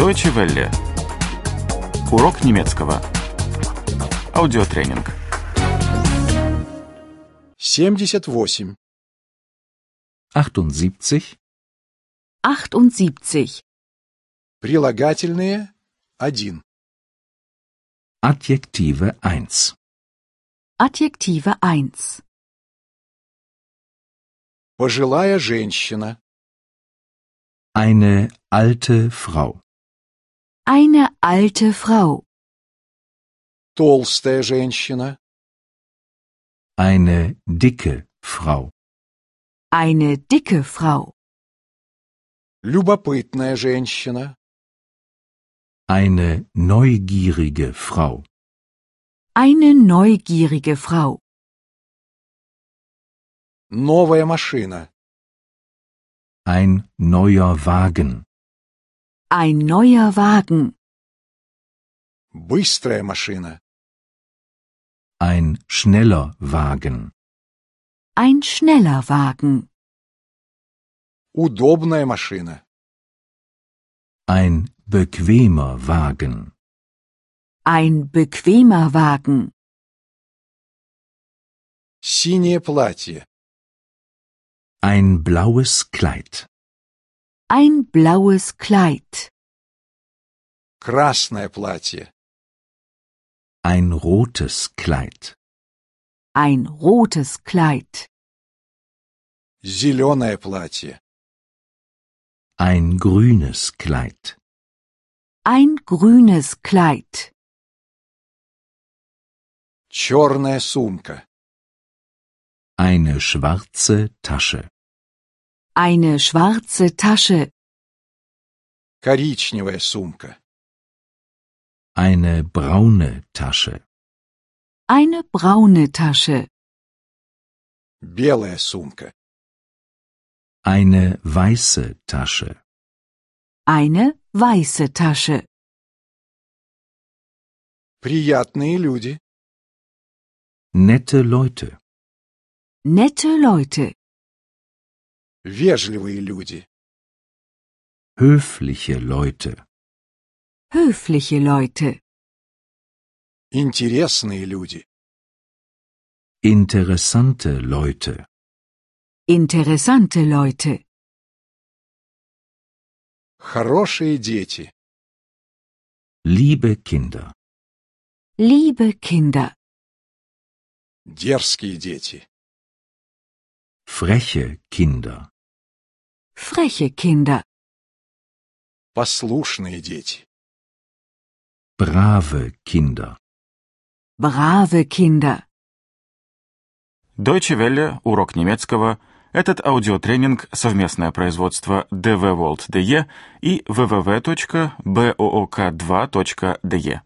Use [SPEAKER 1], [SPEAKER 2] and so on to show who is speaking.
[SPEAKER 1] Deutsche Welle. Урок немецкого. Аудиотренинг.
[SPEAKER 2] 78.
[SPEAKER 3] 78
[SPEAKER 4] 78.
[SPEAKER 2] Прилагательные 1.
[SPEAKER 3] Adjektive 1
[SPEAKER 4] Adjektive 1.
[SPEAKER 2] Пожилая женщина.
[SPEAKER 3] Eine alte Frau,
[SPEAKER 4] Eine alte Frau.
[SPEAKER 2] Толстая женщина.
[SPEAKER 3] eine dicke Frau,
[SPEAKER 4] Eine dicke Frau.
[SPEAKER 2] Любопытная женщина.
[SPEAKER 3] eine neugierige Frau,
[SPEAKER 4] Eine neugierige Frau.
[SPEAKER 2] Новая машина.
[SPEAKER 3] ein neuer Wagen,
[SPEAKER 4] Ein neuer Wagen.
[SPEAKER 2] Быстрая машина.
[SPEAKER 3] ein schneller Wagen,
[SPEAKER 4] Ein schneller Wagen.
[SPEAKER 2] Удобная машина.
[SPEAKER 3] ein bequemer Wagen,
[SPEAKER 4] Ein bequemer Wagen.
[SPEAKER 2] Синее платье.
[SPEAKER 3] ein blaues Kleid,
[SPEAKER 4] Ein blaues Kleid.
[SPEAKER 2] Красное платье.
[SPEAKER 3] ein rotes Kleid,
[SPEAKER 4] Ein rotes Kleid.
[SPEAKER 2] Зеленое платье.
[SPEAKER 3] ein grünes Kleid,
[SPEAKER 4] Ein grünes Kleid.
[SPEAKER 2] Черная сумка.
[SPEAKER 3] eine schwarze Tasche,
[SPEAKER 4] Eine schwarze Tasche.
[SPEAKER 2] Коричневая сумка.
[SPEAKER 3] eine braune Tasche,
[SPEAKER 4] Eine braune Tasche.
[SPEAKER 2] Белая сумка.
[SPEAKER 3] eine weiße Tasche.
[SPEAKER 4] Eine weiße Tasche.
[SPEAKER 2] Приятные люди.
[SPEAKER 3] Nette Leute,
[SPEAKER 4] Nette Leute.
[SPEAKER 2] Вежливые люди.
[SPEAKER 3] höfliche Leute,
[SPEAKER 4] Höfliche Leute.
[SPEAKER 2] Интересные люди.
[SPEAKER 3] interessante Leute,
[SPEAKER 4] Interessante Leute.
[SPEAKER 2] Хорошие дети.
[SPEAKER 3] liebe Kinder,
[SPEAKER 4] Liebe Kinder.
[SPEAKER 2] Дерзкие дети.
[SPEAKER 3] freche Kinder,
[SPEAKER 4] Freche Kinder.
[SPEAKER 2] Послушные дети.
[SPEAKER 3] brave Kinder.
[SPEAKER 4] Brave Kinder.
[SPEAKER 1] Deutsche Welle. Урок немецкого. Этот аудиотренинг – совместное производство DW World DE и www.book2.de.